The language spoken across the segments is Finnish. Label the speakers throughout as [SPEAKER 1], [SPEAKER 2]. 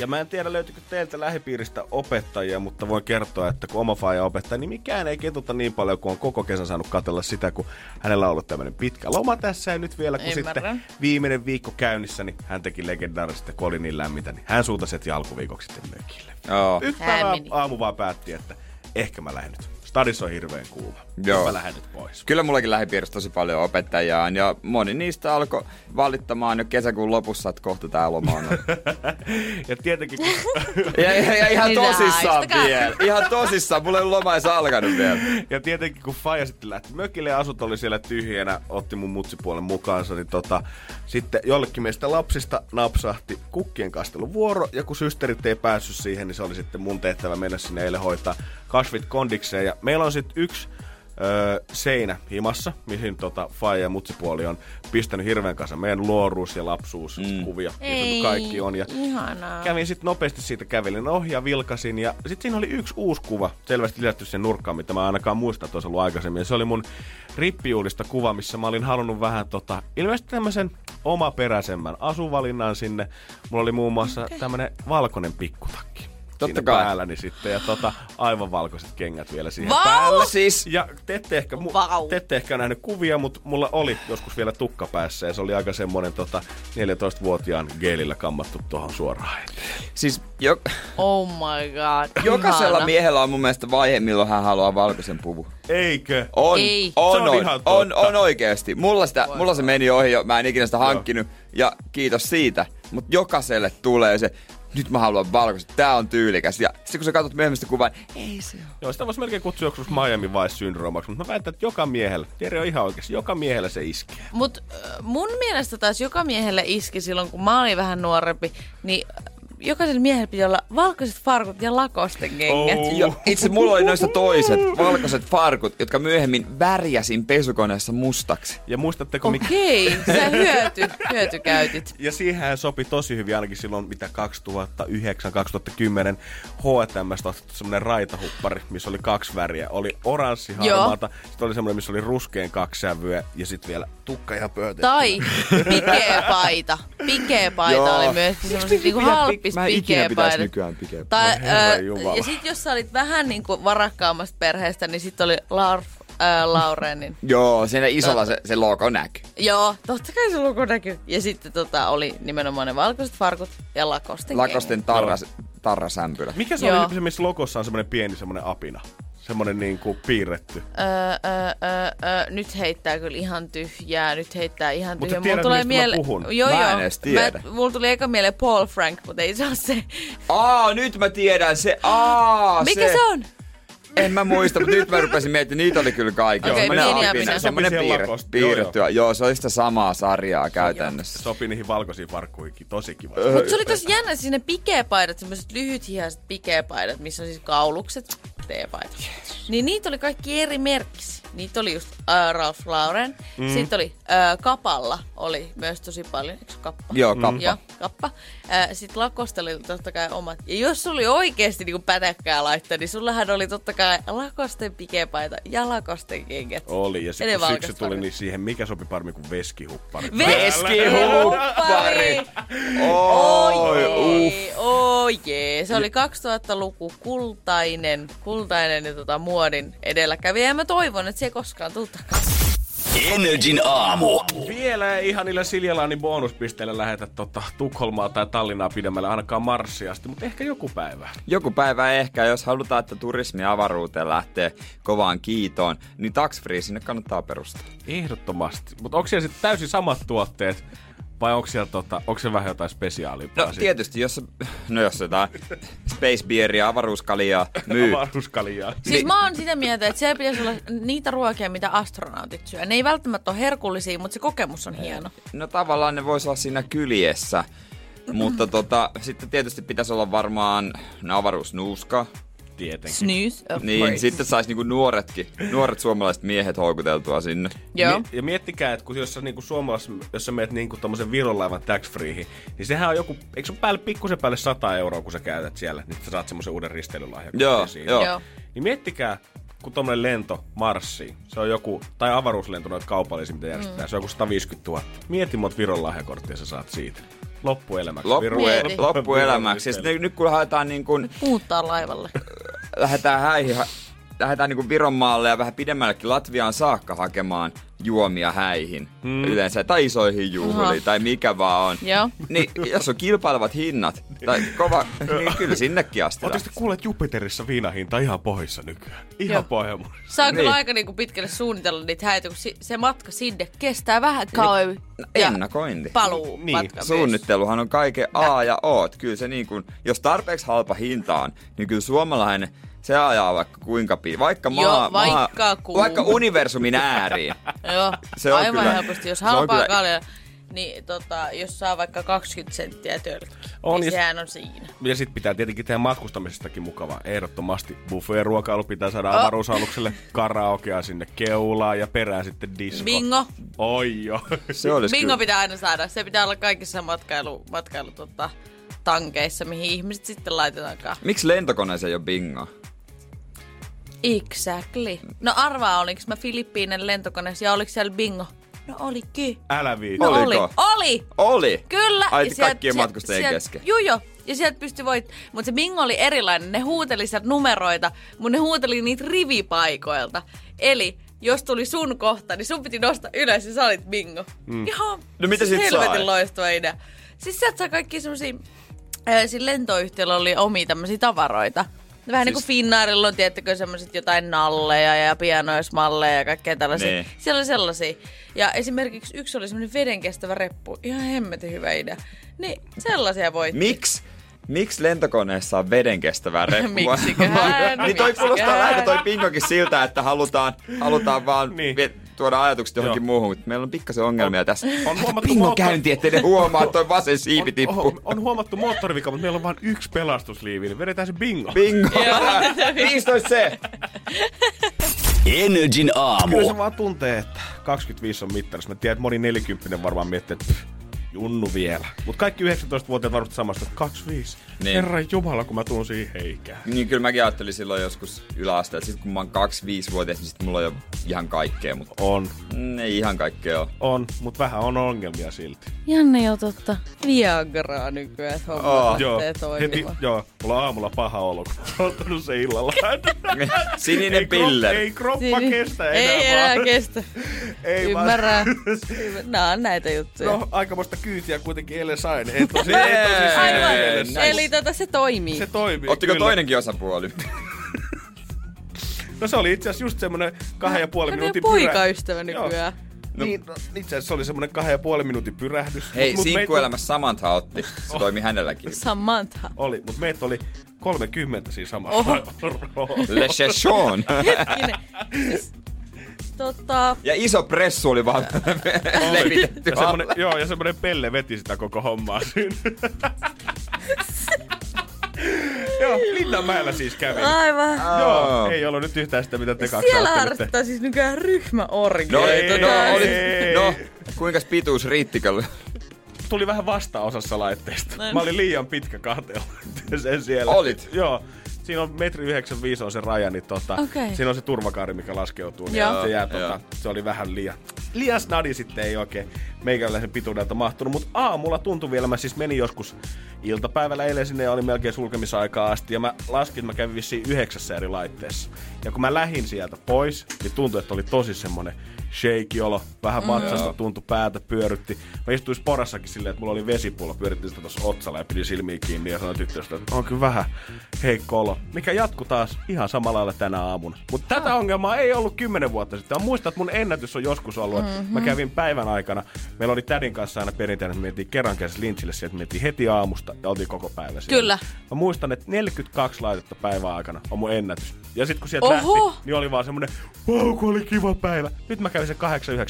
[SPEAKER 1] Ja mä en tiedä löytyykö teiltä lähipiiristä opettajia, mutta voin kertoa, että kun oma faija opettaa, niin mikään ei ketuta niin paljon, kun on koko kesän saanut katella sitä, kun hänellä on ollut tämmöinen pitkä loma tässä ja nyt vielä, kun
[SPEAKER 2] Ymmärrän.
[SPEAKER 1] sitten viimeinen viikko käynnissä, niin hän teki legendaarista, kun oli niin lämmintä, niin hän suuntasi heti alkuviikoksi sitten mökille.
[SPEAKER 3] Joo.
[SPEAKER 1] Yksi
[SPEAKER 2] Hän
[SPEAKER 1] päivä
[SPEAKER 2] meni.
[SPEAKER 1] aamu vaan päätti, että ehkä mä lähden nyt. Stadissa on hirveän kuuma.
[SPEAKER 3] Joo.
[SPEAKER 1] Mä lähden nyt pois.
[SPEAKER 3] Kyllä mullakin lähipiirissä tosi paljon opettajia on, ja moni niistä alkoi valittamaan jo kesäkuun lopussa, että kohta tää loma on.
[SPEAKER 1] Ja tietenkin, kun
[SPEAKER 3] Ja, ja, ja ihan
[SPEAKER 2] Hyvä,
[SPEAKER 3] tosissaan
[SPEAKER 2] istukaa.
[SPEAKER 3] vielä. Ihan tosissaan. Mulla ei ollut loma edes alkanut vielä.
[SPEAKER 1] Ja tietenkin kun Faija sitten lähti mökille ja asut oli siellä tyhjänä, otti mun mutsipuolen mukaansa, niin tota, sitten jollekin meistä lapsista napsahti kukkien kastelun vuoro, ja kun systerit ei päässyt siihen, niin se oli sitten mun tehtävä mennä sinne eilen hoitaa kasvit kondikseen. Ja meillä on sitten yksi öö, seinä himassa, mihin tota Faija ja mutsipuoli on pistänyt hirveän kanssa meidän luoruus ja lapsuus mm. kuvia,
[SPEAKER 2] Ei,
[SPEAKER 1] kaikki on. Ja
[SPEAKER 2] ihanaa.
[SPEAKER 1] Kävin sitten nopeasti siitä, kävelin ohi ja vilkasin. Ja sitten siinä oli yksi uusi kuva, selvästi lisätty sen nurkkaan, mitä mä ainakaan muista, että olisi ollut aikaisemmin. Ja se oli mun rippijuhlista kuva, missä mä olin halunnut vähän tota, ilmeisesti tämmöisen omaperäisemmän asuvalinnan sinne. Mulla oli muun muassa okay. tämmönen valkoinen pikkutakki.
[SPEAKER 3] Totta
[SPEAKER 1] siinä
[SPEAKER 3] kai.
[SPEAKER 1] päälläni sitten ja tota, aivan valkoiset kengät vielä siihen
[SPEAKER 2] Vau!
[SPEAKER 1] päälle.
[SPEAKER 3] Siis
[SPEAKER 1] Ja te ette, ehkä, mu-
[SPEAKER 2] Vau.
[SPEAKER 1] te ette ehkä nähnyt kuvia, mutta mulla oli joskus vielä tukka päässä ja se oli aika semmonen tota, 14-vuotiaan geelillä kammattu tuohon suoraan eteen.
[SPEAKER 3] Siis jo,
[SPEAKER 2] Oh my god.
[SPEAKER 3] jokaisella
[SPEAKER 2] ihana.
[SPEAKER 3] miehellä on mun mielestä vaihe, milloin hän haluaa valkoisen puvun.
[SPEAKER 1] Eikö?
[SPEAKER 3] On,
[SPEAKER 2] Ei.
[SPEAKER 3] on,
[SPEAKER 1] Se on
[SPEAKER 3] on,
[SPEAKER 1] ihan
[SPEAKER 3] on,
[SPEAKER 1] totta.
[SPEAKER 3] on, oikeesti. Mulla, sitä, mulla se meni ohi jo, mä en ikinä sitä hankkinut ja kiitos siitä. Mut jokaiselle tulee se, nyt mä haluan valkoiset, tää on tyylikäs. Ja sitten kun sä katsot myöhemmin sitä kuvaa, niin ei se oo.
[SPEAKER 1] Joo, sitä voisi melkein kutsua joskus Miami Vice syndroomaksi, mutta mä väitän, että joka miehellä, Jere on ihan oikeassa, joka miehellä se iskee.
[SPEAKER 2] Mut äh, mun mielestä taas joka miehelle iski silloin, kun mä olin vähän nuorempi, niin äh, jokaisella miehellä piti olla valkoiset farkut ja lakosten kengät.
[SPEAKER 1] Oh.
[SPEAKER 3] Ja itse mulla oli noista toiset, valkoiset farkut, jotka myöhemmin värjäsin pesukoneessa mustaksi.
[SPEAKER 1] Ja muistatteko, okay. mikä...
[SPEAKER 2] Okei, sä hyöty, hyötykäytit.
[SPEAKER 1] Ja siihen sopi tosi hyvin ainakin silloin, mitä 2009-2010 H&Mstä ostettu semmonen raitahuppari, missä oli kaksi väriä. Oli oranssi
[SPEAKER 2] Joo.
[SPEAKER 1] harmaata, sitten oli semmoinen, missä oli ruskeen kaksi sävyä ja sitten vielä tukka ihan pöytetty.
[SPEAKER 2] Tai pikeä paita. Pikeä paita
[SPEAKER 3] Joo.
[SPEAKER 2] oli myös semmoiset niinku
[SPEAKER 3] pidä pik-
[SPEAKER 2] halppis
[SPEAKER 3] mä en ikinä
[SPEAKER 2] pikeä
[SPEAKER 3] pitäis
[SPEAKER 2] paidat.
[SPEAKER 3] nykyään pikeä
[SPEAKER 2] Tai,
[SPEAKER 1] Voi herra
[SPEAKER 2] äh,
[SPEAKER 1] jumala.
[SPEAKER 2] ja sit jos sä olit vähän niinku varakkaammasta perheestä, niin sit oli Larf, äh, Laurenin.
[SPEAKER 3] Joo, siinä isolla se, se logo näkyy.
[SPEAKER 2] Joo, totta kai se luku näkyy. Ja sitten tota, oli nimenomaan ne valkoiset farkut ja lakosten
[SPEAKER 3] Lakosten tarras, tarrasämpylä.
[SPEAKER 1] Mikä se
[SPEAKER 2] Joo.
[SPEAKER 1] oli se, missä lokossa on semmoinen pieni semmoinen apina? Semmoinen niin kuin piirretty.
[SPEAKER 2] Öö, öö, öö, öö, nyt heittää kyllä ihan tyhjää, nyt heittää ihan
[SPEAKER 1] Mutta
[SPEAKER 2] tyhjää.
[SPEAKER 1] tiedät,
[SPEAKER 2] Mulla tulee
[SPEAKER 1] mistä mä
[SPEAKER 2] miele-
[SPEAKER 1] puhun?
[SPEAKER 2] Joo,
[SPEAKER 3] Mä
[SPEAKER 2] joo.
[SPEAKER 3] en edes tiedä.
[SPEAKER 2] Mä, mulla tuli eka mieleen Paul Frank, mutta ei se ole se.
[SPEAKER 3] Aa, nyt mä tiedän se. Aa,
[SPEAKER 2] Mikä se, on?
[SPEAKER 3] En mä muista, mutta nyt mä rupesin miettimään, niitä oli kyllä kaikki.
[SPEAKER 2] Okei,
[SPEAKER 3] Semmonen
[SPEAKER 2] pieni
[SPEAKER 3] apina,
[SPEAKER 2] apina.
[SPEAKER 3] semmonen
[SPEAKER 1] Sopi siihen
[SPEAKER 3] piirre-
[SPEAKER 1] lakosta, joo,
[SPEAKER 3] piirrettyä. Joo, se oli sitä samaa sarjaa
[SPEAKER 2] Äh.
[SPEAKER 3] käytännössä.
[SPEAKER 1] Sopi niihin valkoisiin farkkuihin tosi kiva.
[SPEAKER 2] Mut se oli tosi jännä, siinä pikeäpaidat, semmoiset lyhythihaiset pikeäpaidat, missä on siis kaulukset, teepaita. Niin niitä oli kaikki eri merkiksi. Niitä oli just äh, Ralph Lauren, mm. sitten oli äh, Kapalla oli myös tosi paljon, eikö se Kappa? Mm.
[SPEAKER 3] Joo, kappa.
[SPEAKER 2] Joo, kappa. Äh, sitten Lakosta oli totta kai omat. Ja jos sulla oli oikeasti niinku pätäkkää laittaa, niin sullahan oli totta kai Lakosten pikeäpaita ja Lakosten kengät.
[SPEAKER 1] Oli, ja
[SPEAKER 2] Ne
[SPEAKER 1] sitten kun syksy
[SPEAKER 2] valkoiset
[SPEAKER 1] tuli,
[SPEAKER 2] farkut.
[SPEAKER 1] niin siihen mikä sopi paremmin kuin veskihuppari.
[SPEAKER 3] Veskihuppari! Oi,
[SPEAKER 2] Oi,
[SPEAKER 3] uff.
[SPEAKER 2] oi, oi, jee. Se oli 2000-luku kultainen, kultainen ja tota, muodin edelläkävijä. Ja mä toivon, että se ei koskaan tultakaan.
[SPEAKER 4] Energin aamu.
[SPEAKER 1] Vielä ei ihan niillä Siljalaanin bonuspisteillä lähetä tota Tukholmaa tai Tallinnaa pidemmälle ainakaan Marsia asti, mutta ehkä joku päivä.
[SPEAKER 3] Joku päivä ehkä, jos halutaan, että turismi avaruuteen lähtee kovaan kiitoon, niin tax free sinne kannattaa perustaa.
[SPEAKER 1] Ehdottomasti. Mutta onko siellä sitten täysin samat tuotteet vai onko siellä tota, onko se vähän jotain spesiaalimpaa?
[SPEAKER 3] No tietysti, jos, no jos jotain space beeria, avaruuskalia myy,
[SPEAKER 1] Avaruuskalijaa.
[SPEAKER 2] Siis mä oon sitä mieltä, että siellä pitäisi olla niitä ruokia, mitä astronautit syö. Ne ei välttämättä ole herkullisia, mutta se kokemus on hieno.
[SPEAKER 3] No tavallaan ne voisi olla siinä kyljessä. Mutta tota, sitten tietysti pitäisi olla varmaan no, avaruusnuuska.
[SPEAKER 1] Tietenkin.
[SPEAKER 2] Snooze, of
[SPEAKER 3] Niin,
[SPEAKER 2] course.
[SPEAKER 3] sitten sais niinku nuoretkin, nuoret suomalaiset miehet houkuteltua sinne.
[SPEAKER 2] Joo.
[SPEAKER 1] Mi-
[SPEAKER 3] niin,
[SPEAKER 1] ja miettikää, että kun jos sä niinku suomalais, jos sä meet niinku tommosen virolaivan tax freeihin, niin sehän on joku, eikö se ole päälle, pikkusen päälle 100 euroa, kun sä käytät siellä, niin sä saat semmoisen uuden risteilylahjan.
[SPEAKER 3] Joo, joo.
[SPEAKER 2] Joo.
[SPEAKER 1] Niin miettikää, kun tommonen lento Marsiin, se on joku, tai avaruuslento noita kaupallisia, mitä järjestetään, mm. se on joku 150 000. Mieti monta Viron lahjakorttia sä saat siitä. Loppuelämäksi.
[SPEAKER 3] Loppu,
[SPEAKER 1] Viron-
[SPEAKER 2] Mieti.
[SPEAKER 3] loppuelämäksi. Siis Ja sitten nyt kun haetaan niin kuin,
[SPEAKER 2] Muuttaa laivalle.
[SPEAKER 3] lähdetään häihin, ha- lähdetään niin kuin Vironmaalle ja vähän pidemmällekin Latviaan saakka hakemaan juomia häihin hmm. yleensä, tai isoihin juhliin,
[SPEAKER 2] Aha.
[SPEAKER 3] tai mikä vaan on.
[SPEAKER 2] Joo.
[SPEAKER 3] Niin, jos on kilpailevat hinnat, tai kova, niin kyllä sinnekin asti.
[SPEAKER 1] Oletteko te kuulleet Jupiterissa viinahinta ihan pohjissa nykyään? Ihan
[SPEAKER 2] Joo.
[SPEAKER 1] pohjamurissa.
[SPEAKER 2] Saa niin.
[SPEAKER 3] Niin.
[SPEAKER 2] kyllä aika niinku pitkälle suunnitella niitä häitä, kun si- se matka sinne kestää vähän kauemmin. ja
[SPEAKER 3] Niin. No, ennakointi.
[SPEAKER 2] Paluu
[SPEAKER 1] Niin,
[SPEAKER 2] niin. matka myös.
[SPEAKER 3] Suunnitteluhan on kaiken A ja O. että Kyllä se niin kuin, jos tarpeeksi halpa hintaan, niin kyllä suomalainen se ajaa vaikka kuinka pii. Vaikka maa, maa,
[SPEAKER 2] Joo, vaikka kuinka.
[SPEAKER 3] vaikka universumin ääriin.
[SPEAKER 2] Joo,
[SPEAKER 3] Se on
[SPEAKER 2] aivan
[SPEAKER 3] kyllä-
[SPEAKER 2] helposti. Jos
[SPEAKER 3] se on
[SPEAKER 2] halpaa
[SPEAKER 3] kyllä-
[SPEAKER 2] kaljaa, niin tota, jos saa vaikka 20 senttiä tölkki,
[SPEAKER 1] On,
[SPEAKER 2] niin
[SPEAKER 1] ja-
[SPEAKER 2] sehän on siinä.
[SPEAKER 1] Ja sitten pitää tietenkin tehdä matkustamisestakin mukavaa. Ehdottomasti buffeen ruokailu pitää saada
[SPEAKER 2] Oh.
[SPEAKER 1] avaruusalukselle, karaokea sinne keulaan ja perään sitten disco.
[SPEAKER 2] Bingo.
[SPEAKER 1] Oi jo.
[SPEAKER 3] Se olisi
[SPEAKER 2] Bingo
[SPEAKER 3] kyllä.
[SPEAKER 2] pitää aina saada. Se pitää olla kaikissa matkailu, matkailu tota, tankeissa, mihin ihmiset sitten laitetaankaan.
[SPEAKER 3] Miksi lentokoneessa ei ole bingoa?
[SPEAKER 2] Exactly. No arvaa, oliko mä Filippiinen lentokoneessa ja oliko siellä bingo? No olikin.
[SPEAKER 1] Älä viitti.
[SPEAKER 2] No
[SPEAKER 3] Oliko?
[SPEAKER 2] oli. Oli!
[SPEAKER 3] Oli!
[SPEAKER 2] Kyllä.
[SPEAKER 3] Ai,
[SPEAKER 2] ja sielt-
[SPEAKER 3] kaikkien
[SPEAKER 2] sielt-
[SPEAKER 3] matkustajien
[SPEAKER 2] sielt-
[SPEAKER 3] kesken.
[SPEAKER 2] Juu, joo. Ja sieltä pystyi voit, mutta se bingo oli erilainen. Ne huuteli sieltä numeroita, mutta ne huuteli niitä rivipaikoilta. Eli jos tuli sun kohta, niin sun piti nostaa ylös ja sä olit bingo. Mm. Ihan
[SPEAKER 3] No mitä
[SPEAKER 2] siis
[SPEAKER 3] sit sai?
[SPEAKER 2] helvetin loistava idea. Siis sieltä saa kaikki semmosia, äh, siinä lentoyhtiöllä oli omia tämmöisiä tavaroita. Vähän siis... niin kuin Finnairilla on, tiettäkö, semmoiset jotain nalleja ja pianoismalleja ja kaikkea tällaisia.
[SPEAKER 3] Niin.
[SPEAKER 2] Nee. Siellä oli sellaisia. Ja esimerkiksi yksi oli semmoinen vedenkestävä reppu. Ihan hemmetin hyvä idea. Niin, sellaisia voit.
[SPEAKER 3] Miksi? Miksi lentokoneessa on vedenkestävää reppua?
[SPEAKER 2] Miksiköhän,
[SPEAKER 3] niin toi kuulostaa
[SPEAKER 2] miksiköhän.
[SPEAKER 3] lähinnä toi pingokin siltä, että halutaan, halutaan vaan
[SPEAKER 1] Niin.
[SPEAKER 3] niin. tuoda ajatukset johonkin
[SPEAKER 1] Joo.
[SPEAKER 3] muuhun. mutta Meillä on pikkasen ongelmia tässä.
[SPEAKER 1] on huomattu
[SPEAKER 3] Pingon
[SPEAKER 1] moottori-
[SPEAKER 3] käynti, ettei ne huomaa, että toi vasen siipi
[SPEAKER 1] On,
[SPEAKER 3] tippuu.
[SPEAKER 1] on, on, huomattu moottorivika, mutta meillä on vain yksi pelastusliivi, niin vedetään se bingo.
[SPEAKER 3] Bingo! 15 se!
[SPEAKER 4] Energin aamu.
[SPEAKER 1] Kyllä se vaan tuntee, että 25 on mittarissa. Mä tiedän, että moni 40 varmaan miettii, että pff, junnu vielä. Mutta kaikki 19-vuotiaat varmasti samasta, että 25. Niin.
[SPEAKER 3] Niin.
[SPEAKER 1] Herran Jumala, kun mä tuun siihen ikään.
[SPEAKER 3] Niin kyllä mäkin ajattelin silloin joskus yläasteella. Sitten kun mä oon 25-vuotias, niin sit mulla on jo ihan kaikkea, mutta
[SPEAKER 1] On,
[SPEAKER 3] mm, ei ihan kaikkea ole.
[SPEAKER 1] on, mutta vähän on ongelmia silti.
[SPEAKER 2] Janne jo totta. Viagraa nykyään, että homma
[SPEAKER 3] Oh,
[SPEAKER 1] Joo,
[SPEAKER 2] lähtee
[SPEAKER 1] heti,
[SPEAKER 2] toimimaan.
[SPEAKER 1] joo, mulla on aamulla paha olo, kun on ottanut se illalla.
[SPEAKER 3] Sininen
[SPEAKER 1] ei, kroppa,
[SPEAKER 3] piller.
[SPEAKER 1] ei kroppa
[SPEAKER 2] Siinä-
[SPEAKER 1] kestä enää.
[SPEAKER 2] Siis- Ei enää
[SPEAKER 1] vaan.
[SPEAKER 2] kestä.
[SPEAKER 1] Ei
[SPEAKER 2] Ymmärrän. Nää on näitä juttuja.
[SPEAKER 1] No, aikamoista kyytiä kuitenkin eilen sain. Ei tosi,
[SPEAKER 3] Nee,
[SPEAKER 1] ei tosi siinä
[SPEAKER 2] Aivan.
[SPEAKER 1] mielessä.
[SPEAKER 3] nice.
[SPEAKER 2] Eli tota se toimii.
[SPEAKER 1] Se toimii
[SPEAKER 3] Ottiko
[SPEAKER 1] kyllä.
[SPEAKER 3] toinenkin osapuoli?
[SPEAKER 1] No se oli itse asiassa just semmonen kahden ja puolen
[SPEAKER 2] No niin,
[SPEAKER 1] minuutin
[SPEAKER 2] poikaystävä
[SPEAKER 1] Joo.
[SPEAKER 2] nykyään.
[SPEAKER 1] No. Niin, no, itse asiassa se oli semmonen kahden ja puolen minuutin pyrähdys.
[SPEAKER 3] Hei,
[SPEAKER 1] mut meitä-
[SPEAKER 3] sinkkuelämässä Samantha otti. Se
[SPEAKER 2] Oh.
[SPEAKER 3] toimi hänelläkin.
[SPEAKER 2] Samantha.
[SPEAKER 1] Oli, mutta meitä oli 30 siinä samassa.
[SPEAKER 2] Oho.
[SPEAKER 3] Le Chechon.
[SPEAKER 2] Hetkinen. Siis, tota,
[SPEAKER 3] Ja iso pressu oli vaan levitetty
[SPEAKER 1] ja semmonen, joo, ja semmonen pelle veti sitä koko hommaa siinä. joo, Linnanmäellä siis kävin.
[SPEAKER 2] aivan.
[SPEAKER 1] Joo, ei ollut nyt yhtään sitä, mitä te kaksi
[SPEAKER 2] Siellä
[SPEAKER 1] olette nyt te-
[SPEAKER 2] harrastaa siis nykyään ryhmäorgia.
[SPEAKER 3] No,
[SPEAKER 1] Ei,
[SPEAKER 3] ei, no,
[SPEAKER 1] ei,
[SPEAKER 3] oli,
[SPEAKER 1] ei.
[SPEAKER 3] no, kuinka pituus riittikö?
[SPEAKER 1] tuli vähän vastaosassa laitteesta.
[SPEAKER 2] Näin.
[SPEAKER 1] Mä olin liian pitkä kahteen laitteeseen siellä.
[SPEAKER 3] Olit?
[SPEAKER 1] Joo. Siinä on metri 95 on se raja, niin tota,
[SPEAKER 2] Okei.
[SPEAKER 1] siinä on se turvakaari, mikä laskeutuu. Niin
[SPEAKER 2] Joo.
[SPEAKER 1] se, jää,
[SPEAKER 3] Joo.
[SPEAKER 1] tota, se oli vähän liian. Liian snadi sitten ei oikein meikäläisen pituudelta mahtunut, mutta aamulla tuntui vielä, mä siis menin joskus iltapäivällä eilen sinne ja oli melkein sulkemisaikaa asti ja mä laskin, että mä kävin vissiin yhdeksässä eri laitteessa. Ja kun mä lähin sieltä pois, niin tuntui, että oli tosi semmonen shaky olo, vähän vatsasta mm. tuntui päätä pyörytti. Mä istuin sporassakin silleen, että mulla oli vesipullo, pyörittiin sitä tuossa otsalla ja pidin silmiä kiinni ja sanoin tyttöstä, että on kyllä vähän heikko olo. Mikä jatku taas ihan samalla lailla tänä aamuna. Mutta tätä ongelmaa ei ollut kymmenen vuotta sitten. Mä muistan, että mun ennätys on joskus ollut, että mm-hmm. mä kävin päivän aikana. Meillä oli tädin kanssa aina perinteinen, että me mentiin kerran kädessä lintsille sieltä, mentiin heti aamusta ja oltiin koko päivä siellä.
[SPEAKER 2] Kyllä.
[SPEAKER 1] Mä muistan, että 42 laitetta päivän aikana on mun ennätys. Ja sitten kun sieltä
[SPEAKER 2] Oho!
[SPEAKER 1] lähti, niin oli vaan semmonen, wow, kun oli kiva päivä. Nyt mä kävin se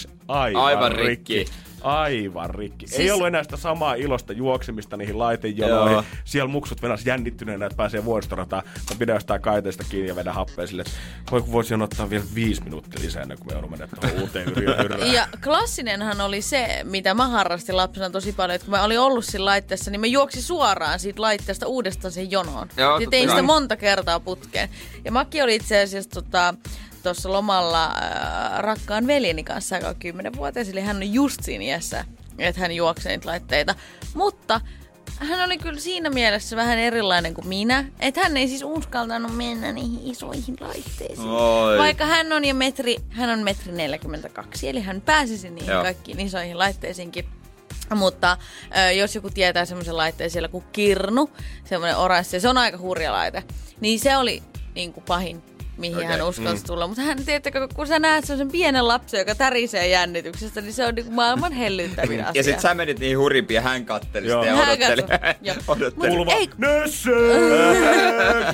[SPEAKER 1] 8-9. Aivan,
[SPEAKER 3] Aivan rikki.
[SPEAKER 1] Aivan rikki. Siis... Ei
[SPEAKER 2] Siis-
[SPEAKER 1] ollut enää sitä samaa ilosta juoksemista niihin laitejonoihin.
[SPEAKER 3] Joo.
[SPEAKER 1] Siellä muksut venas jännittyneenä, että pääsee vuoristorataan. Mä pidän jostain kaiteesta kiinni ja vedän happea sille, että voi kun voisi jonottaa vielä viisi minuuttia lisää ennen kuin me joudumme menemään tuohon uuteen hyrrään.
[SPEAKER 2] Ja klassinenhan oli se, mitä mä harrastin lapsena tosi paljon, että kun mä olin ollut siinä laitteessa, niin mä juoksin suoraan siitä laitteesta uudestaan sen jonoon.
[SPEAKER 3] Joo,
[SPEAKER 2] ja
[SPEAKER 3] totta
[SPEAKER 2] tein
[SPEAKER 3] kai.
[SPEAKER 2] sitä monta kertaa putkeen. Ja Maki oli itse asiassa tota, tuossa lomalla äh, rakkaan veljeni kanssa, joka on 10 vuotta, eli hän on just siinä iässä, että hän juoksee niitä laitteita. Mutta hän oli kyllä siinä mielessä vähän erilainen kuin minä, että hän ei siis uskaltanut mennä niihin isoihin laitteisiin.
[SPEAKER 3] Oi.
[SPEAKER 2] Vaikka hän on jo metri, hän on metri 42, eli hän pääsisi niihin
[SPEAKER 3] Joo.
[SPEAKER 2] kaikkiin isoihin laitteisiinkin. Mutta ö, jos joku tietää semmoisen laitteen siellä kuin kirnu, semmoinen oranssi, se on aika hurja laite, niin se oli niin kuin pahin mihin okay.
[SPEAKER 3] mm.
[SPEAKER 2] hän uskalsi tulla. Mutta hän, tiedättekö, kun sä näet semmoisen pienen lapsen, joka tärisee jännityksestä, niin se on niin maailman hellyttävin asia.
[SPEAKER 3] Ja sit sä menit niin hurjimpi ja hän katteli sitä
[SPEAKER 1] Joo.
[SPEAKER 3] ja
[SPEAKER 2] Hän
[SPEAKER 3] odotteli.
[SPEAKER 2] katsoi. Joo.
[SPEAKER 3] odotteli.
[SPEAKER 1] Kulma,
[SPEAKER 2] Ei-
[SPEAKER 1] nössö!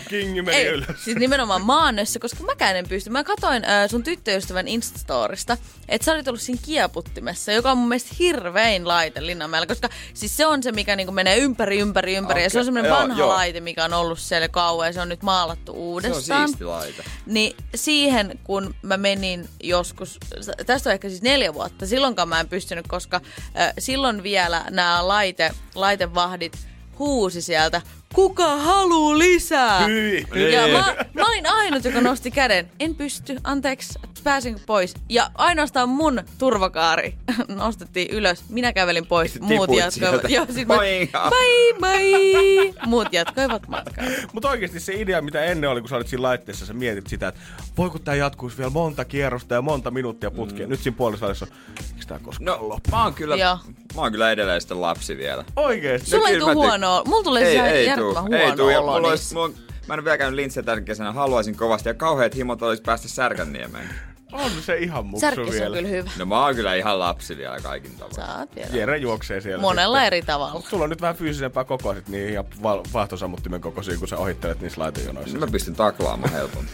[SPEAKER 1] Kingi meni
[SPEAKER 2] Ei,
[SPEAKER 1] ylös.
[SPEAKER 2] siis nimenomaan maanössä, koska mäkään en pysty. Mä katoin äh, sun tyttöystävän Instastorista, että sä olit ollut siinä kieputtimessa, joka on mun mielestä hirvein laite Linnanmäellä, koska siis se on se, mikä niinku menee ympäri, ympäri, ympäri. Okay. Ja se on semmoinen
[SPEAKER 3] Joo,
[SPEAKER 2] vanha
[SPEAKER 3] joo.
[SPEAKER 2] laite, mikä on ollut siellä jo kauan ja se on nyt maalattu
[SPEAKER 3] Se on
[SPEAKER 2] uudestaan.
[SPEAKER 3] siisti laite.
[SPEAKER 2] Niin siihen, kun mä menin joskus, tästä on ehkä siis neljä vuotta, silloinkaan mä en pystynyt, koska äh, silloin vielä nämä laite, laitevahdit huusi sieltä, kuka haluu lisää?
[SPEAKER 1] Hyi.
[SPEAKER 2] Ja mä, mä olin ainut, joka nosti käden. En pysty, anteeksi, pääsinkö pois? Ja ainoastaan mun turvakaari nostettiin ylös. Minä kävelin pois,
[SPEAKER 3] Tiput
[SPEAKER 2] muut jatkoivat.
[SPEAKER 3] sieltä.
[SPEAKER 2] Joo, sit mä,
[SPEAKER 3] Moikka.
[SPEAKER 2] bye, bye. Muut jatkoivat matkaa.
[SPEAKER 1] Mutta oikeasti se idea, mitä ennen oli, kun sä olit siinä laitteessa, sä mietit sitä, että voi kun tää jatkuisi vielä monta kierrosta ja monta minuuttia putkeen. Mm. Nyt siinä puolivälissä on, eikö tää koskaan no.
[SPEAKER 3] No, mä oon kyllä,
[SPEAKER 2] Joo.
[SPEAKER 3] mä oon kyllä edelleen sitten lapsi vielä.
[SPEAKER 2] No,
[SPEAKER 1] Oikeesti?
[SPEAKER 2] Sulla ei
[SPEAKER 3] kyllä
[SPEAKER 2] tule
[SPEAKER 3] mä te-
[SPEAKER 2] huonoa. Mulla tulee
[SPEAKER 3] ei,
[SPEAKER 2] ihan
[SPEAKER 3] ei
[SPEAKER 2] järjettömän
[SPEAKER 3] tuu,
[SPEAKER 2] huono
[SPEAKER 3] ei tuu. Ja
[SPEAKER 2] olo niin
[SPEAKER 3] mulla
[SPEAKER 2] niistä.
[SPEAKER 3] olisi, mulla, on- mä en ole vielä käynyt lintsiä tänä kesänä, haluaisin kovasti. Ja kauheat himot olisi päästä Särkänniemeen.
[SPEAKER 1] On se ihan muksu
[SPEAKER 2] Särkis on
[SPEAKER 1] vielä.
[SPEAKER 2] kyllä hyvä.
[SPEAKER 3] No mä oon kyllä ihan lapsi vielä kaikin tavoin.
[SPEAKER 2] Sä oot vielä.
[SPEAKER 1] Jere juoksee siellä.
[SPEAKER 2] Monella
[SPEAKER 1] sitten.
[SPEAKER 2] eri tavalla.
[SPEAKER 1] Mut Sulla on nyt vähän fyysisempää kokoa sit niin ja val- vahtosammuttimen kokoisiin, kun sä ohittelet niissä laitejonoissa.
[SPEAKER 3] Nyt mä pystyn taklaamaan helpommin.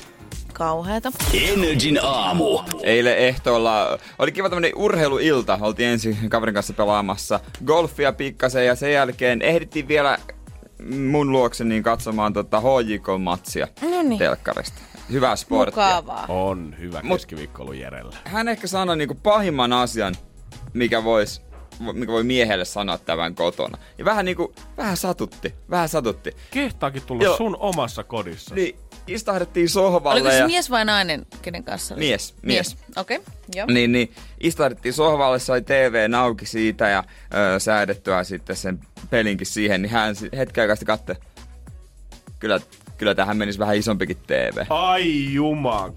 [SPEAKER 2] Kauheeta.
[SPEAKER 4] Energin aamu.
[SPEAKER 3] Eilen ehtoolla oli kiva tämmönen urheiluilta. Oltiin ensin kaverin kanssa pelaamassa golfia pikkasen ja sen jälkeen ehdittiin vielä mun luokse niin katsomaan tota HJK-matsia
[SPEAKER 2] Noniin.
[SPEAKER 3] telkkarista. Hyvää sporttia.
[SPEAKER 2] Mukavaa.
[SPEAKER 1] On hyvä
[SPEAKER 3] Mut-
[SPEAKER 1] keskiviikko ollut Jerellä.
[SPEAKER 3] Hän ehkä sanoi niinku pahimman asian, mikä, vois, mikä voi miehelle sanoa tämän kotona. Ja vähän niinku, vähän satutti, vähän satutti.
[SPEAKER 1] Kehtaakin tulla
[SPEAKER 3] Joo.
[SPEAKER 1] sun omassa kodissa.
[SPEAKER 3] Niin istahdettiin sohvalle
[SPEAKER 2] Oliko se
[SPEAKER 3] ja...
[SPEAKER 2] mies vai nainen, kenen kanssa? oli?
[SPEAKER 3] Mies, mies.
[SPEAKER 2] Okei, okay, joo.
[SPEAKER 3] Niin, niin istahdettiin sohvalle, sai TV auki siitä ja ö, säädettyä sitten sen pelinkin siihen, niin hän si- hetken aikaa sitten katte. Kyllä, kyllä tähän menisi vähän isompikin TV.
[SPEAKER 1] Ai juman.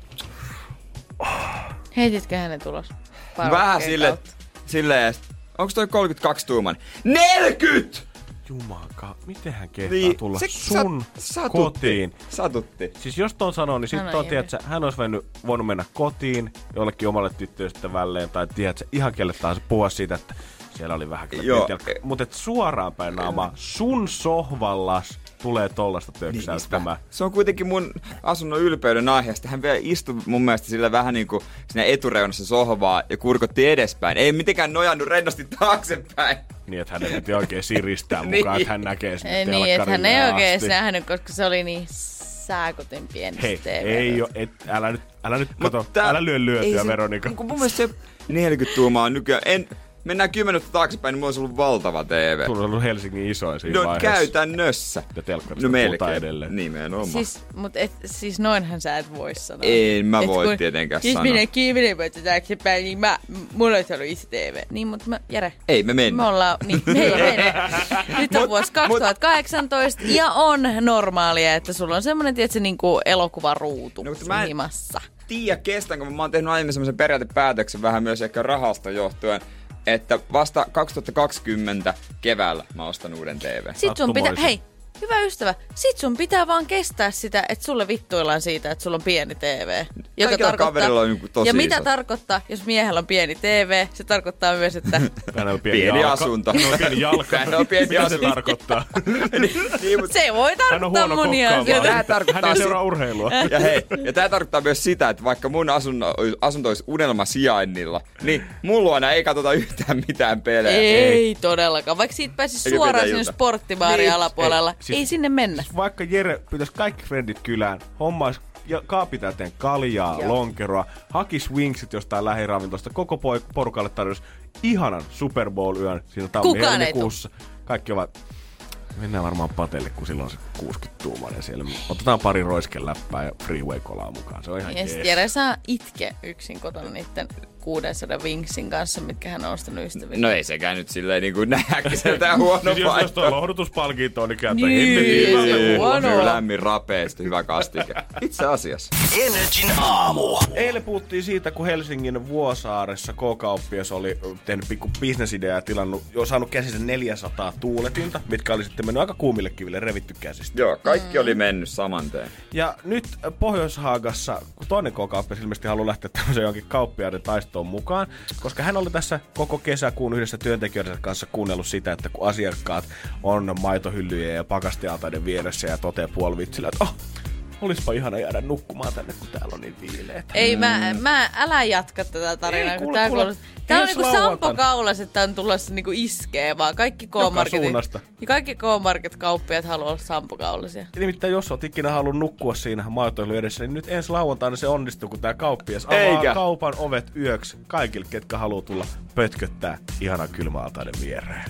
[SPEAKER 2] Heititkö hänet ulos?
[SPEAKER 3] Vähän
[SPEAKER 2] Parvekkeen
[SPEAKER 3] sille,
[SPEAKER 2] kautta.
[SPEAKER 3] silleen, onko toi 32 tuuman? 40!
[SPEAKER 1] Jumanka, miten hän kehtaa
[SPEAKER 3] Niin,
[SPEAKER 1] tulla
[SPEAKER 3] se
[SPEAKER 1] sun
[SPEAKER 3] sat-
[SPEAKER 1] kotiin?
[SPEAKER 3] Satutti.
[SPEAKER 1] Siis jos ton sanoo, niin
[SPEAKER 2] Hän
[SPEAKER 1] sitten
[SPEAKER 2] on
[SPEAKER 1] on,
[SPEAKER 2] ihminen.
[SPEAKER 1] tiedätkö, hän olisi mennyt, voinut mennä kotiin jollekin omalle tyttöystävälleen tai tiedätkö, ihan kelle tahansa puhua siitä, että siellä oli vähän
[SPEAKER 3] Joo.
[SPEAKER 1] kyllä Mutta et suoraan päin naamaa, sun sohvallas tulee tollasta
[SPEAKER 3] Niin,
[SPEAKER 1] töksäyttämään.
[SPEAKER 3] Se on kuitenkin mun asunnon ylpeyden aihe. Sitten hän vielä istui mun mielestä sillä vähän niin kuin siinä etureunassa sohvaa ja kurkotti edespäin. Ei mitenkään nojannut rennosti taaksepäin.
[SPEAKER 1] Niin, että hänen piti oikein siristää mukaan,
[SPEAKER 3] Niin.
[SPEAKER 1] että hän näkee sen
[SPEAKER 2] Ei niin, että hän ei oikein
[SPEAKER 1] asti.
[SPEAKER 2] nähnyt, koska se oli niin sääkotin pieni
[SPEAKER 1] Hei,
[SPEAKER 2] TV.
[SPEAKER 1] ei oo, et, älä nyt, älä nyt, kato,
[SPEAKER 3] Mut tää-
[SPEAKER 1] älä lyö
[SPEAKER 3] ei
[SPEAKER 1] lyötyä,
[SPEAKER 3] se-
[SPEAKER 1] Veronika.
[SPEAKER 3] niinku mun mielestä se 40 tuumaa on nykyään. En, mennään 10 vuotta taaksepäin, niin mulla olisi ollut valtava TV.
[SPEAKER 1] Sulla on ollut Helsingin isoin siinä
[SPEAKER 3] No
[SPEAKER 1] vaiheessa.
[SPEAKER 3] käytännössä.
[SPEAKER 1] Ja telkkarista
[SPEAKER 3] No
[SPEAKER 1] puhutaan edelleen.
[SPEAKER 3] melkein. Nimenomaan.
[SPEAKER 2] Siis, mut et, siis noinhan sä et voi sanoa.
[SPEAKER 3] En mä
[SPEAKER 2] Et
[SPEAKER 3] voi
[SPEAKER 2] kun siis
[SPEAKER 3] tietenkään sanoa.
[SPEAKER 2] Ihminen kiivinen voi taaksepäin, niin mä, m- mulla olisi ollut iso TV. Niin, mut mä, Jere.
[SPEAKER 3] Ei me
[SPEAKER 2] Me
[SPEAKER 3] mennä.
[SPEAKER 2] ollaan, niin, me ei mennä. Nyt on vuosi 2018 ja on normaalia, että sulla on semmoinen, tiedätkö, niin kuin elokuvaruutu
[SPEAKER 3] No,
[SPEAKER 2] no,
[SPEAKER 3] mutta mä en-
[SPEAKER 2] himassa.
[SPEAKER 3] tiedä kestänkö, mutta mä oon tehnyt aiemmin semmoisen periaatepäätöksen vähän myös ehkä rahasta johtuen, että vasta 2020 keväällä mä ostan uuden TV.
[SPEAKER 2] Sitten sun pitää,
[SPEAKER 1] Sattumoisin.
[SPEAKER 2] hei, Hyvä ystävä, sit sun pitää vaan kestää sitä, että sulle vittuillaan siitä, että sulla on pieni TV.
[SPEAKER 3] Kaikilla kaverilla on joku tosi
[SPEAKER 2] ja mitä
[SPEAKER 3] iso.
[SPEAKER 2] tarkoittaa, jos miehellä on pieni TV? Se tarkoittaa myös, että
[SPEAKER 1] Tänään on
[SPEAKER 3] Pieni,
[SPEAKER 1] jalka.
[SPEAKER 3] asunto.
[SPEAKER 5] Hän on pieni jalka.
[SPEAKER 3] Hän on pieni
[SPEAKER 5] Mitä se
[SPEAKER 3] asunto.
[SPEAKER 5] tarkoittaa?
[SPEAKER 3] niin, mut,
[SPEAKER 2] se voi
[SPEAKER 5] Hän on
[SPEAKER 2] tarkoittaa
[SPEAKER 5] huono
[SPEAKER 2] monia
[SPEAKER 5] kokkaamaan.
[SPEAKER 2] asioita.
[SPEAKER 3] Tää tarkoittaa
[SPEAKER 5] Hän ei
[SPEAKER 3] si-
[SPEAKER 5] seuraa urheilua.
[SPEAKER 3] ja hei, ja tää tarkoittaa myös sitä, että vaikka mun asunto, asunto olisi unelmasijainnilla, niin mun luona ei katsota yhtään mitään pelejä.
[SPEAKER 2] Ei todellakaan, vaikka siitä pääsisi
[SPEAKER 3] Eikä
[SPEAKER 2] suoraan
[SPEAKER 3] mitään
[SPEAKER 2] sinne
[SPEAKER 3] iltaa.
[SPEAKER 2] sporttibaarin
[SPEAKER 1] Niin.
[SPEAKER 2] alapuolella.
[SPEAKER 1] Ei,
[SPEAKER 2] Ei,
[SPEAKER 1] siis-
[SPEAKER 2] sinne mennä.
[SPEAKER 1] Vaikka Jere pitäisi kaikki frendit kylään, hommais ja kaapitäyteen kaljaa,
[SPEAKER 2] Joo.
[SPEAKER 1] lonkeroa, hakis winksit jostain lähiravintolasta, koko poik- porukalle tarjosi ihanan Super Bowl-yön siinä
[SPEAKER 2] Kukaan ei
[SPEAKER 1] tammi-helmikuussa. Kaikki ovat, mennään varmaan patelle, kun silloin on se 60-tuumainen siellä. Otetaan pari roiskeläppää ja freeway-kolaa mukaan. Se on ihan
[SPEAKER 2] Ja
[SPEAKER 1] jees.
[SPEAKER 2] sitten Jere saa itke yksin kotona niiden 600 vinksin kanssa, mitkä hän on ostanut ystäville.
[SPEAKER 3] No ei sekään nyt silleen niin kuin nähäkiseltään huono
[SPEAKER 1] No,
[SPEAKER 5] Siis jos tuosta
[SPEAKER 3] vaihtoehto.
[SPEAKER 5] lohdutuspalkintoa, on, niin käytä
[SPEAKER 2] Niin.
[SPEAKER 5] hemmetin
[SPEAKER 2] Ei se
[SPEAKER 5] hyvää
[SPEAKER 3] Niin,
[SPEAKER 2] huono.
[SPEAKER 3] kyllä, Lämmin rapeesti, hyvä kastike. Itse asiassa.
[SPEAKER 4] Energin aamu.
[SPEAKER 1] Eilen puhuttiin siitä, kun Helsingin Vuosaaressa K-kauppias oli tehnyt pikku bisnesidea ja tilannut, jo saanut käsinsä 400 tuuletinta, mitkä oli sitten mennyt aika kuumille kiville revitty käsistä.
[SPEAKER 3] Joo, kaikki oli mennyt saman teen.
[SPEAKER 1] Ja nyt Pohjois-Haagassa, kun toinen K-kauppias ilmeisesti haluaa lähteä tämmöiseen johonkin kauppiaiden taistoon mukaan, koska hän oli tässä koko kesäkuun yhdessä työntekijöiden kanssa kuunnellut sitä, että kun asiakkaat on maitohyllyjä ja pakastealtaiden vieressä ja toteaa puolivitsillä, että oh, olispa ihana jäädä nukkumaan tänne, kun täällä on niin viileetä.
[SPEAKER 2] Ei, mä, mä, älä jatka tätä tarinaa.
[SPEAKER 1] Mm. Ei,
[SPEAKER 2] kun
[SPEAKER 1] kuule,
[SPEAKER 2] tää,
[SPEAKER 1] kuule.
[SPEAKER 2] kuulostaa- tää on
[SPEAKER 1] Ensi
[SPEAKER 2] niinku Sampo
[SPEAKER 1] lauantaina.
[SPEAKER 2] Kaulas, että on tulossa niinku iskee vaan. Kaikki K-marketit,
[SPEAKER 1] suunnasta.
[SPEAKER 2] ja kaikki K-market-kauppiat haluaa olla Sampo Kaulasia.
[SPEAKER 1] Nimittäin jos oot ikinä halunnut nukkua siinä maatoilu edessä, niin nyt ensi lauantaina se onnistuu, kun tämä kauppias avaa
[SPEAKER 3] Eikä.
[SPEAKER 1] kaupan ovet yöksi kaikille, ketkä haluaa tulla pötköttää ihana kylmäaltaiden viereen.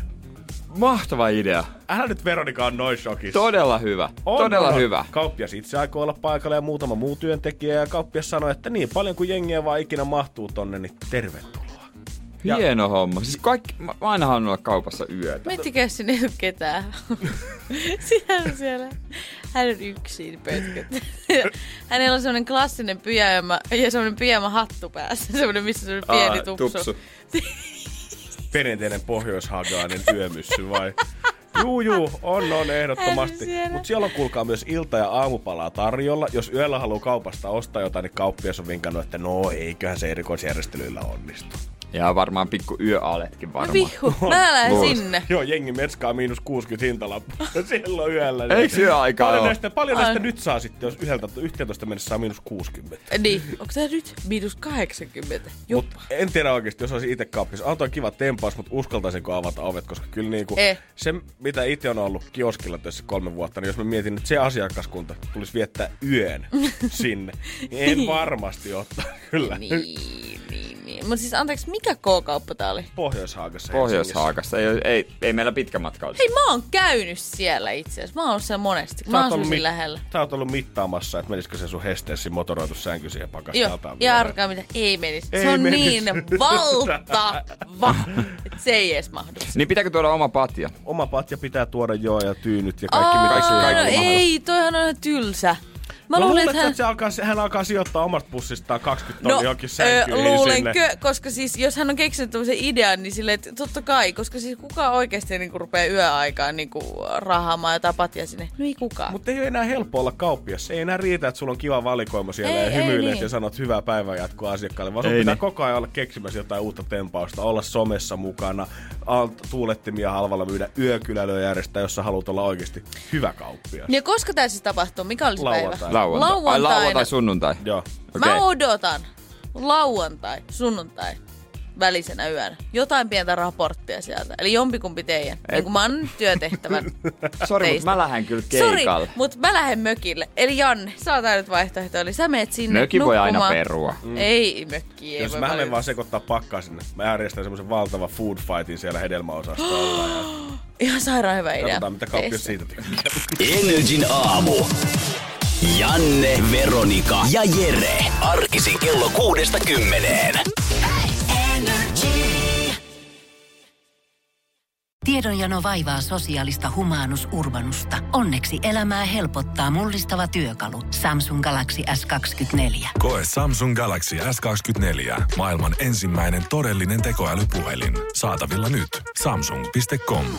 [SPEAKER 3] Mahtava idea.
[SPEAKER 1] Älä nyt Veronika on noin shokissa.
[SPEAKER 3] Todella hyvä.
[SPEAKER 1] On,
[SPEAKER 3] Todella
[SPEAKER 1] on, on.
[SPEAKER 3] hyvä.
[SPEAKER 1] Kauppias itse aikoo olla paikalla ja muutama muu työntekijä ja kauppias sanoi, että niin paljon kuin jengiä vaan ikinä mahtuu tonne, niin tervetuloa. Ja-
[SPEAKER 3] Hieno homma. Siis kaikki, mä mä aina haluan olla kaupassa yötä.
[SPEAKER 2] Miettikää sinne ei ole ketään. Siellä on siellä. Hän on yksin pötköt. Hänellä on semmoinen klassinen pyjama ja semmoinen pyjama hattu päässä. Semmoinen, missä on semmoinen pieni tupsu.
[SPEAKER 1] Perinteinen pohjoishaagainen työmyssy vai? Juu, juu, on, on ehdottomasti.
[SPEAKER 2] Älä siellä.
[SPEAKER 1] Mutta siellä on kuulkaa myös ilta- ja aamupalaa tarjolla. Jos yöllä haluaa kaupasta ostaa jotain, niin kauppias on vinkannut, että no eiköhän se erikoisjärjestelyillä onnistu.
[SPEAKER 3] Ja varmaan pikku yöaletkin
[SPEAKER 2] No
[SPEAKER 3] varmaan.
[SPEAKER 2] vihu, mä lähden
[SPEAKER 3] Luulisin.
[SPEAKER 2] sinne.
[SPEAKER 1] Joo, jengi metskaa miinus 60 hintalappu. Siellä on yöllä.
[SPEAKER 3] Eiks yöaikaa
[SPEAKER 1] Paljon
[SPEAKER 3] oo?
[SPEAKER 1] näistä, paljon näistä
[SPEAKER 2] Ai.
[SPEAKER 1] nyt saa sitten, jos 11, 11 mennessä saa miinus 60.
[SPEAKER 2] Niin, onko tää nyt miinus 80? Joo.
[SPEAKER 1] Mut en tiedä oikeesti, jos olisi itse kauppias. Auto on kiva tempaus, mutta uskaltaisinko avata ovet, koska kyllä niinku,
[SPEAKER 2] Eh.
[SPEAKER 1] se, mitä itse on ollut kioskilla töissä kolme vuotta, niin jos mä mietin, että se asiakaskunta tulisi viettää yön sinne, niin en varmasti ottaa kyllä.
[SPEAKER 2] Niin, niin, niin. Mutta siis anteeksi, mikä K-kauppa tää oli?
[SPEAKER 1] Pohjois-Haagassa.
[SPEAKER 3] Pohjois-Haakassa. Ei, ei, ei meillä pitkä matka ole.
[SPEAKER 2] Hei, mä oon käynyt siellä itse asiassa. Mä oon ollut siellä monesti. kun Mä oon asunut siinä lähellä.
[SPEAKER 1] Sä oot ollut mittaamassa, että menisikö se sun hesteessi motoroitu sänky siihen
[SPEAKER 2] Joo,
[SPEAKER 1] pakastaltaan.
[SPEAKER 2] ja arkaa mitä. Ei menisi.
[SPEAKER 1] Ei
[SPEAKER 2] Se on
[SPEAKER 1] menisi.
[SPEAKER 2] niin valtava, että se ei edes mahdu.
[SPEAKER 3] Niin pitääkö tuoda oma patja?
[SPEAKER 1] Oma patja pitää tuoda joo ja tyynyt ja kaikki mitä
[SPEAKER 2] Aa,
[SPEAKER 1] siihen
[SPEAKER 2] no
[SPEAKER 1] on mahdollista.
[SPEAKER 2] ei, toihan on ihan tylsä. Mä
[SPEAKER 1] Mä
[SPEAKER 2] luulen, että hän...
[SPEAKER 1] se alkaa, hän alkaa sijoittaa omasta pussistaan 20
[SPEAKER 2] No,
[SPEAKER 1] tonnia johonkin
[SPEAKER 2] ö,
[SPEAKER 1] sänkyihin sinne.
[SPEAKER 2] luulenkö, koska siis jos hän on keksinyt tämmöisen idean, niin silleen, että totta kai, koska siis kuka oikeasti niin rupeaa yöaikaan niin rahaamaan jotain patja sinne? No ei kukaan.
[SPEAKER 1] Mutta ei ole enää helppo olla kauppias. Ei enää riitä, että sulla on kiva valikoima siellä
[SPEAKER 2] Ei,
[SPEAKER 1] ja
[SPEAKER 2] ei
[SPEAKER 1] hymyilet
[SPEAKER 2] niin.
[SPEAKER 1] ja sanot hyvää päivää jatkoa asiakkaalle, vaan sun
[SPEAKER 3] Ei
[SPEAKER 1] pitää
[SPEAKER 3] niin.
[SPEAKER 1] koko ajan olla keksimässä jotain uutta tempausta, olla somessa mukana, alt, tuulettimia halvalla myydä, yökylälöä järjestää, jos sä haluat olla oikeasti hyvä kauppias.
[SPEAKER 2] Ja koska tämä siis tapahtuu? Mikä oli se
[SPEAKER 1] Lauantaina.
[SPEAKER 2] päivä?
[SPEAKER 3] Lauantai. Ai
[SPEAKER 2] Lauantaina.
[SPEAKER 3] lauantai, sunnuntai.
[SPEAKER 1] Joo.
[SPEAKER 2] Mä
[SPEAKER 3] Okei.
[SPEAKER 2] odotan lauantai, sunnuntai välisenä yönä. Jotain pientä raporttia sieltä. Eli jompikumpi teidän. Niin kun mä oon nyt työtehtävän
[SPEAKER 3] Sori, mutta
[SPEAKER 2] teistä.
[SPEAKER 3] mä lähden kyllä
[SPEAKER 2] Sori,
[SPEAKER 3] keikalle.
[SPEAKER 2] mutta mä lähden mökille. Eli Janne, saa tää nyt vaihtoehto. Eli sä meet sinne
[SPEAKER 3] Möki voi
[SPEAKER 2] nukkumaan.
[SPEAKER 3] aina perua.
[SPEAKER 2] Mm. Ei mökki, ei
[SPEAKER 1] Jos
[SPEAKER 2] voi
[SPEAKER 1] mä menen
[SPEAKER 2] valita.
[SPEAKER 1] vaan sekoittaa pakkaa sinne, mä järjestän semmoisen valtavan food fightin siellä hedelmäosastolla ja
[SPEAKER 2] Ihan sairaan hyvä idea.
[SPEAKER 1] katsotaan mitä kauppias
[SPEAKER 2] Teistä.
[SPEAKER 1] siitä tykkää.
[SPEAKER 4] Energin aamu. Janne, Veronika ja Jere. Arkisin kello kuudesta kymmeneen.
[SPEAKER 6] Tiedonjano vaivaa sosiaalista humanus urbanusta. Onneksi elämää helpottaa mullistava työkalu. Samsung Galaxy S24.
[SPEAKER 7] Koe Samsung Galaxy S24. Maailman ensimmäinen todellinen tekoälypuhelin. Saatavilla nyt. Samsung.com.